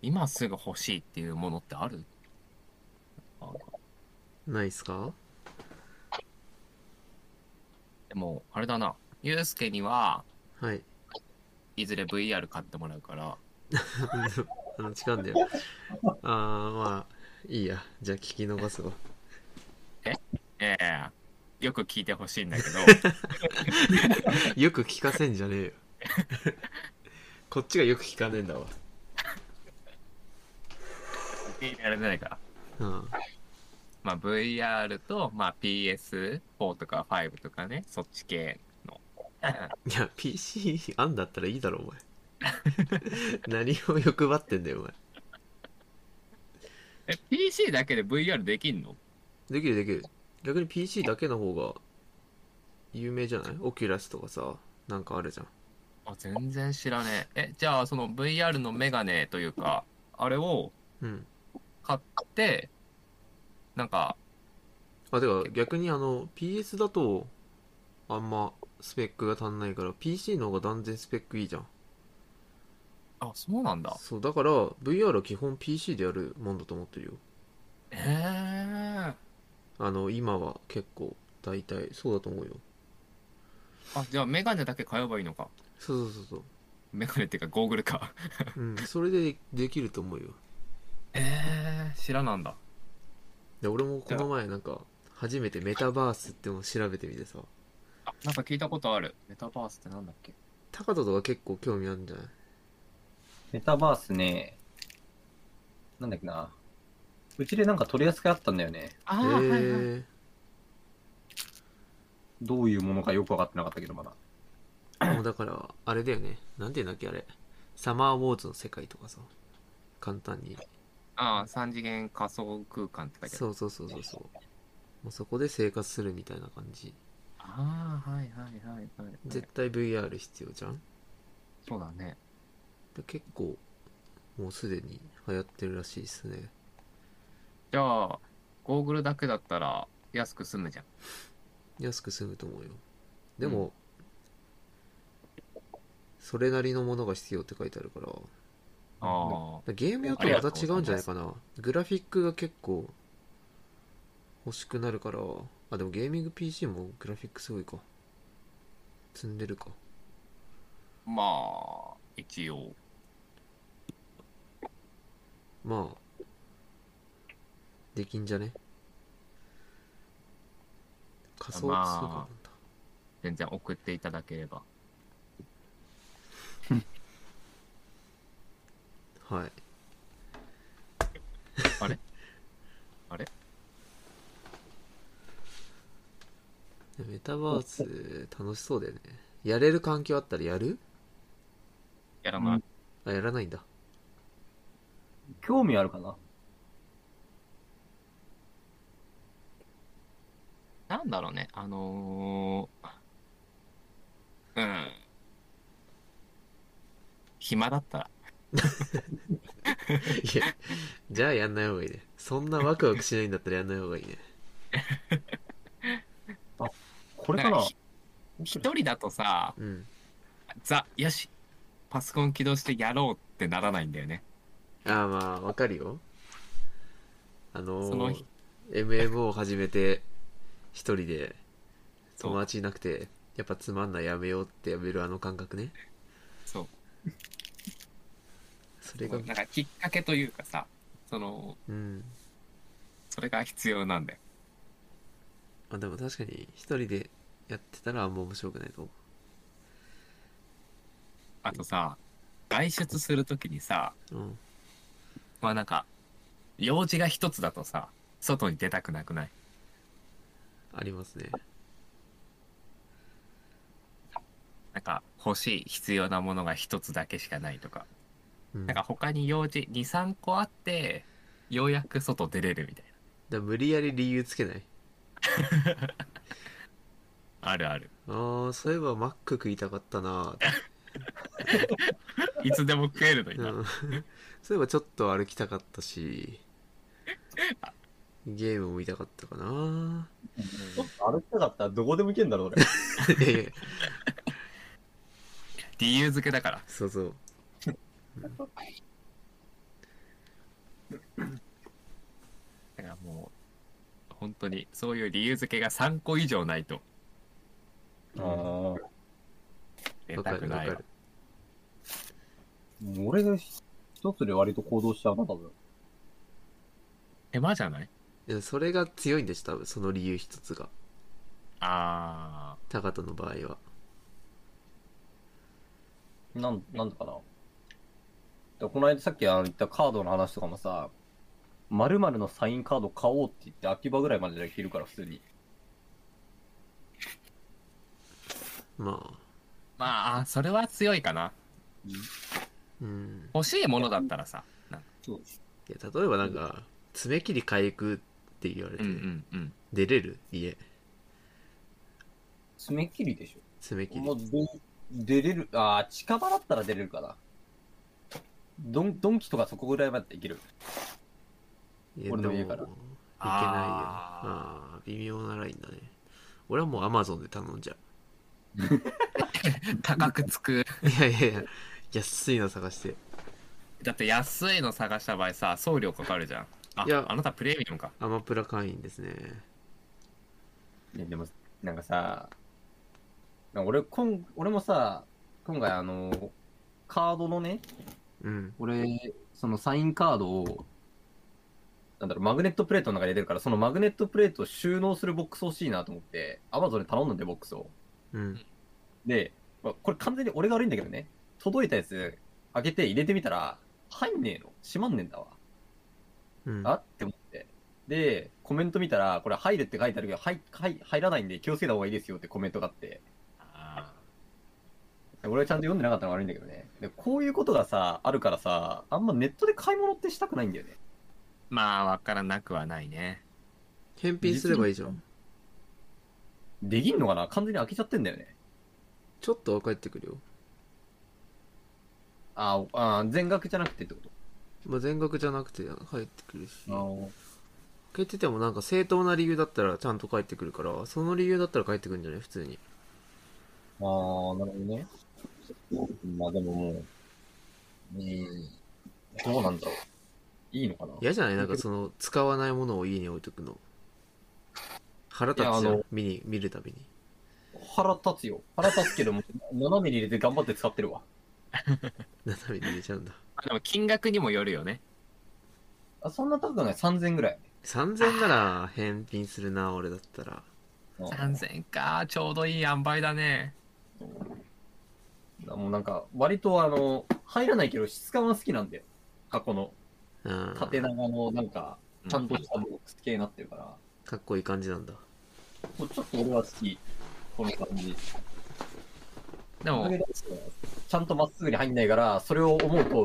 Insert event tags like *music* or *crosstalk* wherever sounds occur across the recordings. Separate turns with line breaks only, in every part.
今すぐ欲しいっていうものってあるあ
ないっすか
でも、あれだな。ゆうすけには、
はい。 *laughs*
いずれ VR 買ってもらうから、
あの、違うんだよ。あー、まあ、いいや。じゃあ聞き逃すわ。
ええよく聞いてほしいんだけど、
よく聞かせんじゃねえよ。 *laughs* こっちがよく聞かねえんだわ。
受け入れられないから。
うん。
まあ、VR と、まあ、PS4 とか5とかね、そっち系の。
いや、PC あんだったらいいだろ、お前。 *laughs* 何を欲張ってんだよ、お前。
え、PC だけで VR できんの
できるできる。逆に PC だけの方が有名じゃないオキュラスとかさ、なんかあるじゃん。
あ、全然知らねえ。え、じゃあ、その VR のメガネというか、あれを
うん。
買って、なんか、
あ、てか逆にあの、PS だとあんまスペックが足んないから、PC の方が断然スペックいいじゃん。
あ、そうなんだ。
そう、だから VR は基本 PC でやるもんだと思ってるよ。
ええ
あの、今は結構大体そうだと思うよ。
あ、じゃあ、メガネだけ買えばいいのか。
そうそうそう
メガネっていうか、ゴーグルか。
そ
*laughs*
う。うん、それでできると思うよ。
ええ知らなんだ。
で俺もこの前なんか初めてメタバースってのを調べてみてさ
あ、なんか聞いたことある。メタバースってなんだっけ
高田とか結構興味あるんじゃない
メタバースね、なんだっけな。うちでなんか取り扱いあったんだよね。
あ
へえ
ーはいはい
ー
どういうものかよく分かってなかったけど、まだ。
もうだからあれだよねなんていうんだっけあれサマーウォーズの世界とかさ簡単に
あー、三次元仮想空間って書いてある。
そうそうそうそうそうもうそこで生活するみたいな感じ
ああ、はいはいはいはい。
絶対 VR 必要じゃん
そうだね。
で結構もうすでに流行ってるらしいですね
じゃあ、ゴーグルだけだったら安く済むじゃん。
安く済むと思うよでも、それなりのものが必要って書いてあるから
あ
だからゲーム用とまた違うんじゃないかなグラフィックが結構欲しくなるからあでもゲーミング PC もグラフィックすごいか積んでるか
あ、まあ、一応。
まあできんじゃね仮想通貨なんだ、
ま全然送っていただければ。
はい *laughs* メタバース楽しそうだよねやれる環境あったらやる
やらない。
あやらないんだ
興味あるかな
なんだろうね、あのー、うん。暇だったら。
いや、じゃあやんない方がいいね。そんなワクワクしないんだったらやんない方がいいね。
これかな
なんか一人だとさ、
うん。
ザ、よし、パソコン起動してやろうってならないんだよね。
ああまあ、わかるよ。あ
その
のー
日、
MMO を始めて、一人で
そう
友達いなくて、やっぱつまんないやめようってやめるあの感覚ね。
そう。
それが、
なんかきっかけというかさ、その、
うん。
それが必要なんだよ。
あでも確かに、一人でやってたらあんま面白くないと思
あとさ、外出するときにさ、
う。うん。
まあなんか、用事が一つだとさ、外に出たくなくない
ありますね。
なんか、欲しい、必要なものが一つだけしかないとか。
うん。
なんか他に用事2、3個あって、ようやく外出れるみたい
だから無理やり理由つけな
な。
い。
あるある。
ああ、そういえばマック食いたかったなーって
いつでも食えるのにな。 *laughs*
うんそういえばちょっと歩きたかったしゲームも見たかったかな
歩きたかったらどこでも行けんだろ、俺。
いやいや
理由付けだから。
そうそう、うん
当にそういう理由付けが3個以上ないと
ああ。
出
わか
たく
る
な
わか
いわ
る。
俺が一つで割と行動しちゃうな、多分。
手間じゃない
いやそれが強いんです、多分その理由一つが。
あ
高田の場合は。
なん、なんだかな。でこの間さっきあの言ったカードの話とかもさ、〇〇のサインカード買おうって言って秋葉ぐらいまでできるから普通に。
まあ、
ーまあそれは強いかな
うん。
欲しいものだったらさなんか
そう
いや、例えばなんか、爪切り買い行くって言われて、
うんうんうん
出れる家。
爪切りでし
爪
ょ。
切り
も。うど、出れる、ああ、近場だったら出れるかな。ドン、ドンキとかそこぐらいまでできる。
いや
俺
で
の
も
家
いけない
から
よ。あ
あ
あー、微妙なラインだね。俺はもうアマゾンで頼んじゃ
高くつく
う。 *laughs* いやいやいや、安いの探して。
だって安いの探した場合さ送料かかるじゃんあ
いや
あなたプレミアムか
アマプラ会員ですね。
いや、でも、なんかさ、なんか俺、こん、俺もさ、今回あの、カードのね、
うん。
俺、そのサインカードを、なんだろう、マグネットプレートの中に入れてるから、そのマグネットプレートを収納するボックス欲しいなと思って、アマゾンに頼んだんで、ボックスを。
うん。
で、まあこれ完全に俺が悪いんだけどね、届いたやつ、開けて入れてみたら、入んねえの閉まんねえんだわ。
うん。
あって思って。で、コメント見たら、これ入るって書いてあるけど、入、入入らないんで気をつけた方がいいですよってコメントがあって。
あ
俺はちゃんと読んでなかったのが悪いんだけどね。で、こういうことがさ、あるからさ、あんまネットで買い物ってしたくないんだよね。
ーまあわからなくはないね
返品すればいいじゃん。
できんのかな完全に開けちゃってんだよね。
ちょっとは返ってくるよ。
あーあー、全額じゃなくてってこと
まあ、全額じゃなくて返ってくるし。
あ
返っててもなんか正当な理由だったらちゃんと返ってくるから、その理由だったら返ってくるんじゃない普通に。
あー、なるほどね。まあでももう、うん、どうなんだろう。いいのかな
嫌じゃないなんかその、使わないものを家に置いとくの。腹立つ
い
じ
や
ゃ
あ
ん
の。
見に、見るたびに。
腹立つよ。腹立つけども、 *laughs* 斜めに入れて頑張って使ってるわ。
斜めに入れちゃうんだ。
まあでも金額にもよるよね
あそんな高くない ?3000 ぐらい。
3000なら返品するな、俺だったら。
うん
3000かちょうどいい塩梅だね
もうなんか、割とあの、入らないけど質感は好きなんだよ。箱の。
うん。
縦長のなんか、ちゃんとしたボックス系になってるから、
かっこいい感じなんだ。
もうちょっと俺は好き。この感じ。
でも
ちゃんとまっすぐに入んないから、それを思うと、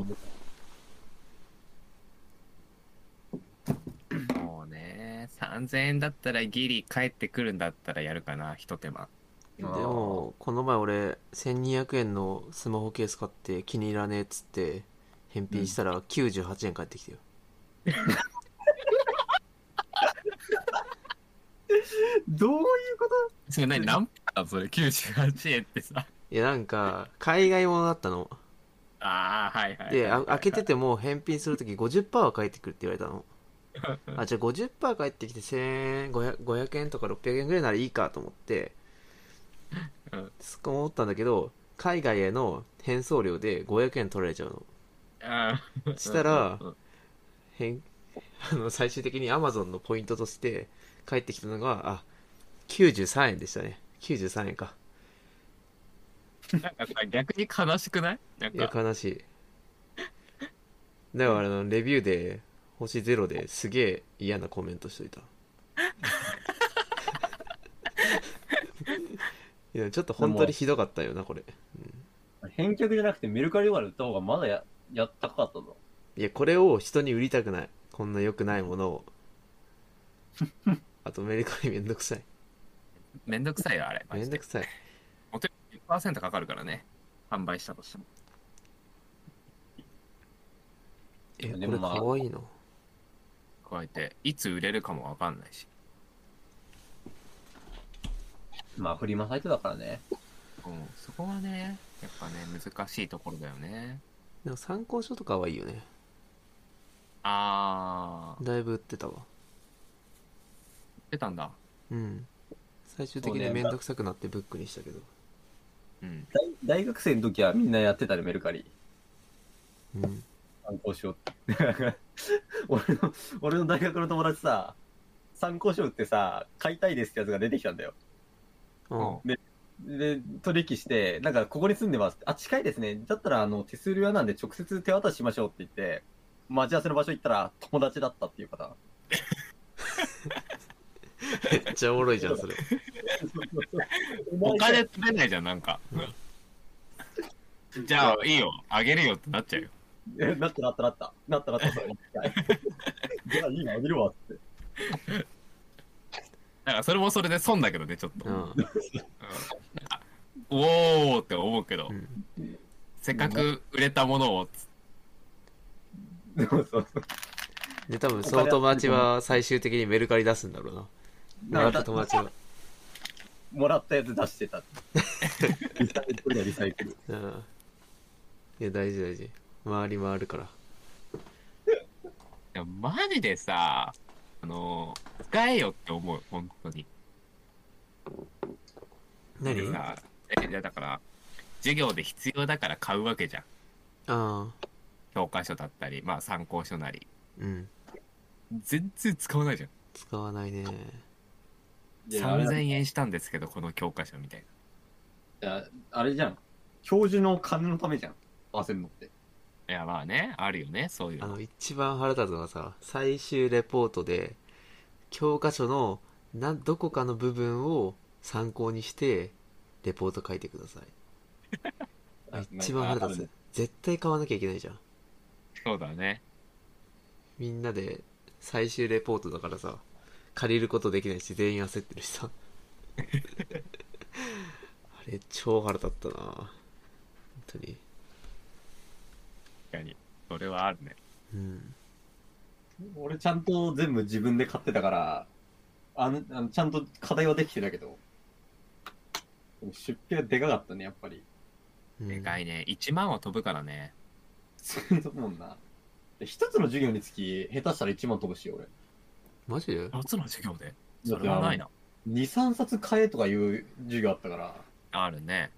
もうね、3000円だったらギリ帰ってくるんだったらやるかな、ひと手間。
でも、この前俺、1200円のスマホケース買って気に入らねえっつって、返品したら98円返ってきたよ。
どういうこと
それ何、何パーそれ、98円ってさ。
いや、なんか、海外物だったの。
ああ、はいはいはい。
で、あ開けてても返品するとき50%は返ってくるって言わ
*laughs*
れたの。あ、じゃあ50%返ってきて1000円、500, 500円とか600円ぐらいならいいかと思って
うん、
そう思ったんだけど、海外への返送料で500円取られちゃうの。
あー
したら
うんうん
返あの最終的に Amazon のポイントとして返ってきたのがあ93円でしたね93円か
うんなんかさ、逆に悲しくないなん
いや
か、
悲しいだからあのレビューで星ゼロですげえ嫌なコメントしと
*laughs*
いたいやちょっと本当にひどかったよなこれ
返却じゃなくてメルカリとかで売った方がまだや、やったかったぞ。
いやこれを人に売りたくないこんな良くないものをあとメルカリめんどくさい
めんどくさいよ、あれ。マ
め
ジ
んど
で
くさい
10%かかるからね。販売したとしても。
えこ
で
れ
も
か
まあ
わいいな
加えて、いつ売れるかもわかんないし。
まあ、フリマサイトだからね。
うん、そこはね、やっぱね、難しいところだよね。
でも参考書とかはいいよね
ああ、
だいぶ売ってたわ
出たんだ。
うん最終的
そう
に
ね
めんどくさくなってブックにしたけど
うん。
大大学生の時はみんなやってたね、メルカリ。
うん
参考しようって。俺の、 *laughs* 俺の大学の友達さ、参考書売ってさ、買いたいですってやつが出てきたんだよ。
あ
で、取引して、なんか、ここに住んでます。あ、近いですね。だったら、あの、手数料屋なんで直接手渡ししましょうって言って、待ち合わせの場所行ったら、友達だったっていうパタ
*laughs*
ーン。
めっちゃおもろいじゃん *laughs* それ
お金取れないじゃん、なんか。 *laughs* じゃあ、いいよ。あげるよってなっちゃうよ。
えなったなったなった。なったなった、それ。じゃあ、いいのあげ
*laughs*
るわって。
だからそれもそれで損だけどね、ちょっと。
う
うん
ん
おーって思うけど
う、ん
せっかく売れたものを
そうそうそう。
で多分その友達は最終的にメルカリ出すんだろうなもらった友達は
もらったやつ出してた。リサイクルだ、リサイクル。
うんいや大事大事回り回るから
でもマジでさ、あのー、使えよって思う、本当に。
何
で
あ
さえ、いやだから、授業で必要だから買うわけじゃん。
あ
教科書だったり、まあ参考書なり。
うん
全然使わないじゃん。
使わないね
3000円したんですけど、この教科書みたい
いや、あれじゃん。教授の金のためじゃん。焦るのって。
な。いや、まあね、あるよね、そういう
あ
の。
の一番腹立つのはさ最終レポートで教科書のなどこかの部分を参考にしてレポート書いてくださいあ一番腹立つ絶対買わなきゃいけないじゃん
そうだね。
みんなで最終レポートだからさ借りることできないし全員焦ってる
*laughs*
しさあれ超腹立ったな本当に
確かに。それはあるね。
うん
俺ちゃんと全部自分で買ってたから、あの、あのちゃんと課題はできてたけど、でも出費がでかかったね、やっぱり。
うん
でかいね。1万は飛ぶからね。
そういうもんな。で一つの授業につき、下手したら1万飛ぶし、俺。
マジで
一つの授業で
だ
そ
っ
れ
てあ
は
の
ないな。
2、3冊買えとかいう授業あったから、
あるね。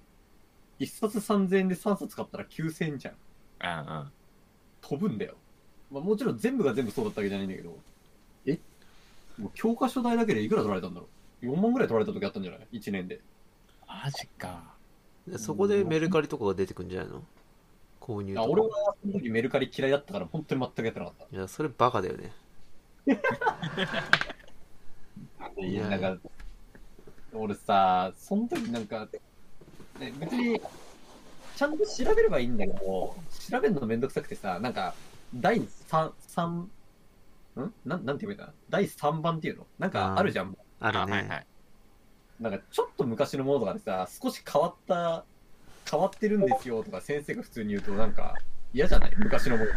1冊3000円で3冊買ったら9000円じゃん。
うんうん。
飛ぶんだよ。まあ、もちろん全部が全部そうだったわけじゃないんだけど、えもう教科書代だけでいくら取られたんだろう ?4 万ぐらい取られた時あったんじゃない ?1 年で。
マジか。
そこでメルカリとかが出てくんじゃないの購入と
あ
か
俺はその時メルカリ嫌いだったから本当に全くやってなかっ
いやそれバカだよね
た。
い
い
や
や、なんか、俺さ、その時なんか、ね、別に、ちゃんと調べればいいんだけど、調べるのめんどくさくてさ、なんか、第3、三んなんなんて言えばいいんだ第3番っていうのなんかあるじゃん。
あるね、
はいはい。
なんかちょっと昔のものとかでさ、少し変わった、変わってるんですよとか先生が普通に言うとなんか嫌じゃない昔のもの。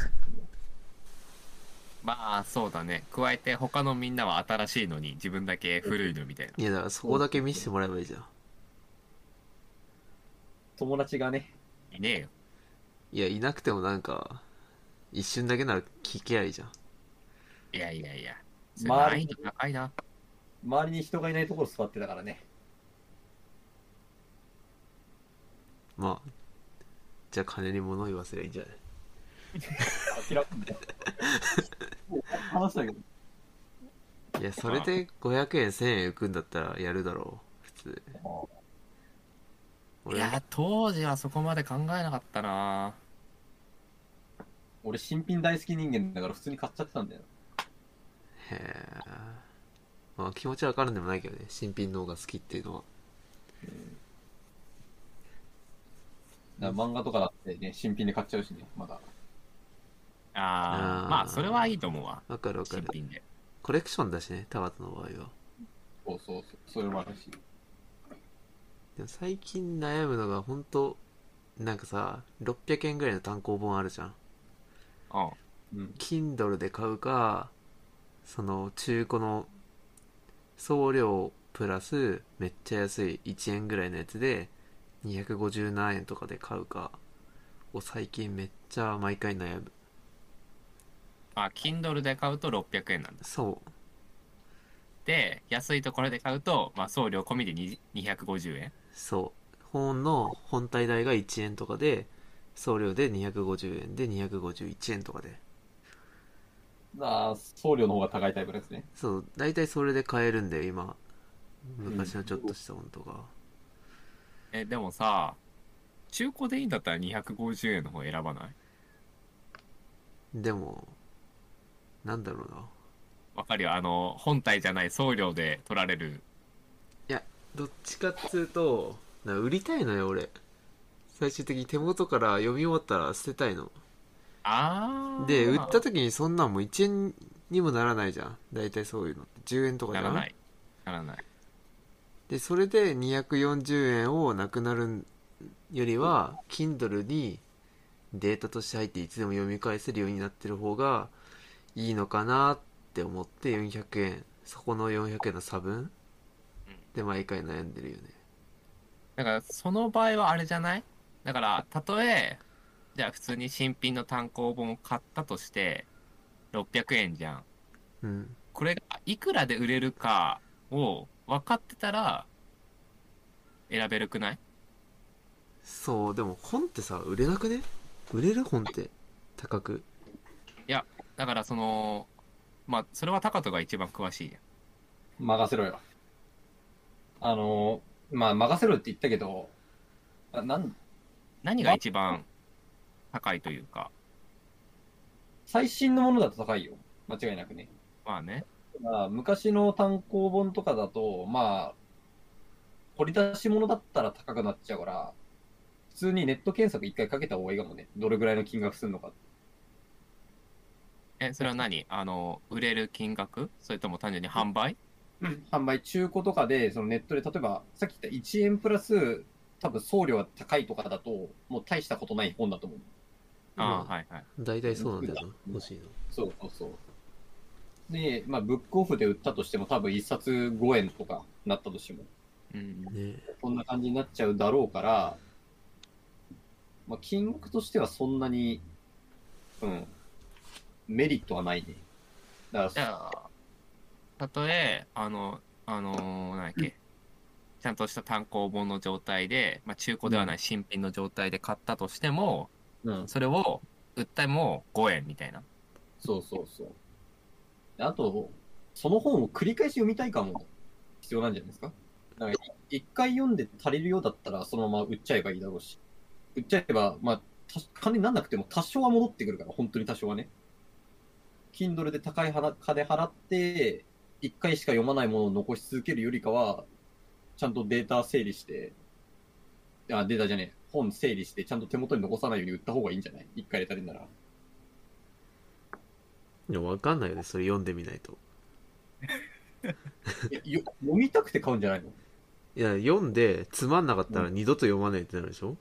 まあそうだね。加えて他のみんなは新しいのに自分だけ古いのみたいな。
いやだからそこだけ見せてもらえばいいじゃん
友達がね、
いねえよ。
いやいなくてもなんか一瞬だけなら聞けりゃいいじゃん
いやいやいや。それ難
周り
易度高いな。
周りに人がいないところ座ってたからね。
まあじゃあ金に物言わせりゃいいんじゃない
明らかにね。話したけど。
いやそれで500円1000円浮くんだったらやるだろう普通
い
俺
や、当時はそこまで考えなかったな。
俺新品大好き人間だから普通に買っちゃってたんだよ。
へえまあ気持ちわかるんでもないけどね新品の方が好きっていうのは
だから漫画とかだってね、新品で買っちゃうしね、まだ。
あ
あー
あ、まあそれはいいと思うわ。
わかるわか
新
る
品で。
コレクションだしね田畑の場合は
そうそうそう、それもあるし。
でも最近悩むのが本当なんかさ600円ぐらいの単行本あるじゃん
うん。
うん。
Kindle で買うかその中古の送料プラスめっちゃ安い1円ぐらいのやつで257円とかで買うかを最近めっちゃ毎回悩む
あ、Kindle で買うと600円なんだ。
そう
って安いところで買うと、まあ、送料込みでに250円
そう本の本体代が1円とかで送料で250円で251円とかで
あー送料の方が高いタイプですね。
そう大体それで買えるんだよ今昔のちょっとした本とか、
えでもさ中古でいいんだったら250円の方選ばない
でもなんだろうな
わかるよあの本体じゃない送料で取られる
どっちかっつうとな売りたいのよ俺最終的に手元から読み終わったら捨てたいの
ああ
で売った時にそんなんもう1円にもならないじゃん大体そういうのって10円とかじ
な
ゃ
ら
ん
ないならない
でそれで240円をなくなるよりは Kindle にデータとして入っていつでも読み返せるようになってる方がいいのかなって思って400円そこの400円の差分で毎回悩んでるよね
だからその場合はあれじゃないだからたとえじゃあ普通に新品の単行本を買ったとして600円じゃん
うん
これがいくらで売れるかを分かってたら選べるくない
そうでも本ってさ売れなくね売れる本って高く
だからそのまあそれは高人が一番詳しいやん
任せろよ。あのー、まあ、任せろって言ったけど、あなん
何が一番高いというか
最新のものだと高いよ。間違いなくね。
まあね
まあ、昔の単行本とかだと、まあ、掘り出し物だったら高くなっちゃうから、普通にネット検索一回かけた方がいいかもね。どれぐらいの金額するのか。
えそれは何あの売れる金額それとも単純に販売
販売中古とかで、そのネットで、例えば、さっき言った1円プラス、多分送料が高いとかだと、もう大したことない本だと思う。
あ
ま
あはいはい
大体そうなんだよな
うん
欲しいの
そうそうそう。で、まあ、ブックオフで売ったとしても、多分1冊5円とかなったとしても、
うん
ね
こんな感じになっちゃうだろうから、まあ、金額としてはそんなに、うん、メリットはないね。だ
じ
から、
ゃあ、たとえ、あの、あのー、なんだっけ、ちゃんとした単行本の状態で、まあ、中古ではない新品の状態で買ったとしても、
うん、
それを売っても5円みたいな。
そうそうそう。であと、その本を繰り返し読みたいかも必要なんじゃないですかだから、一回読んで足りるようだったら、そのまま売っちゃえばいいだろうし。売っちゃえば、まあ、た金になんなくても多少は戻ってくるから、本当に多少はね。Kindle で高いはな金払って、一回しか読まないものを残し続けるよりかは、ちゃんとデータ整理して、あ、データじゃねえ、本整理して、ちゃんと手元に残さないように売った方がいいんじゃない一回入れたりなら。
でも分かんないよねそれ読んでみないと
えよ読みたくて買うんじゃないの
いや読んでつまんなかったら
う
二度と読まないってなるでしょ、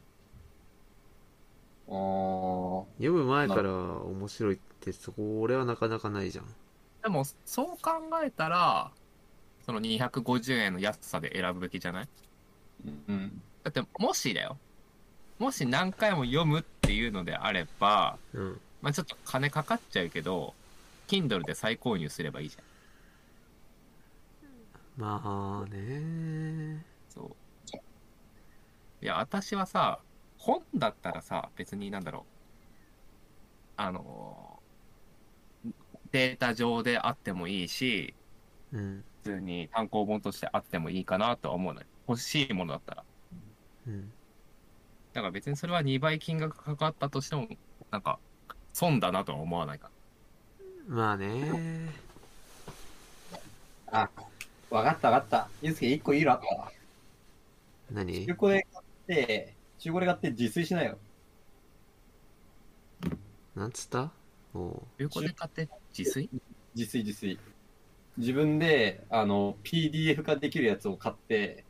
あ
読む前から面白いってそこ俺はなかなかないじゃん
でも、そう考えたら、その250円の安さで選ぶべきじゃない
あ、うん。
だって、もしだよ。もし何回も読むっていうのであれば、
うん
まあ、ちょっと金かかっちゃうけど、Kindle で再購入すればいいじゃん。
まあね
そう。いや、私はさ、本だったらさ、別になんだろう。あのーデータ上であってもいいし、
うん
普通に単行本としてあってもいいかなとは思うのよ。欲しいものだったら。
うん
だから別にそれは2倍金額かかったとしても、なんか、損だなとは思わないか
まあね
あ、わかったわかった。ゆうすけ、一個いいのあったわ。
何
中古で買って、中古で買って自炊しないよ。
なんつったお
ら。中古で買って自 *laughs* 炊
自炊自炊。自分で、あの、PDF 化できるやつを買って、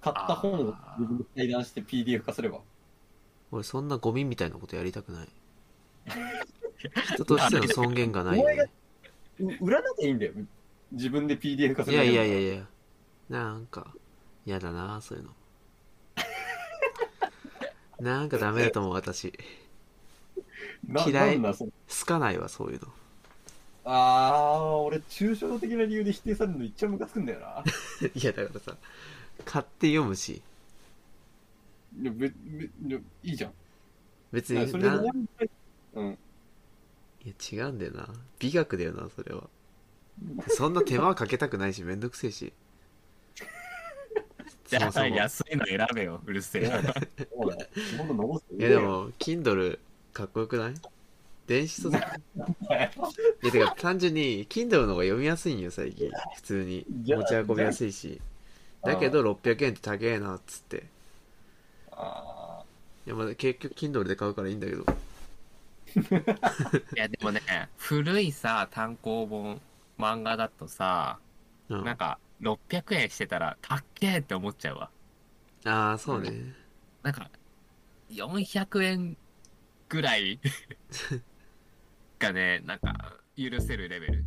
買った本を
あー
自分で対談して PDF 化すれば。
俺そんなゴミみたいなことやりたくない人としての尊厳がないよね
う売らなきゃいいんだよ。自分で PDF 化す
い
る
や
だけ
いや
だから
いやいやなんか嫌だなそういうの *laughs* なんかダメだと思う私
な
嫌い
なんだ、その
好かないわそういうの
あー、俺、抽象的な理由で否定されるの一番ムカつくんだ
*laughs*
よな。
いやだからさ買って読むし
いやべべいやいいじゃん。
別
い
に
やそれで
な
悩
い
みたいうん。
や違うんだよな美学だよなそれはそんな手間はかけたくないしめんどくせえし *laughs*
じゃ
そ
あ
もそも
安いの選べようるせえな
そうだよ。今度直す
いやで。も Kindle かっこよくない電子書籍いやてか単純に Kindle の方が読みやすいんよ最近普通に
じゃあ
持ち運びやすいしだけど600円って高えなっつって
*laughs* あ
いやまあ結局 Kindle で買うからいいんだけど
いやでもね古いさ単行本漫画だとさ
うん
なんか600円してたらたっけーって思っちゃうわ
ああそうね、
なんか400円 *laughs* ぐらいがねなんか許せるレベル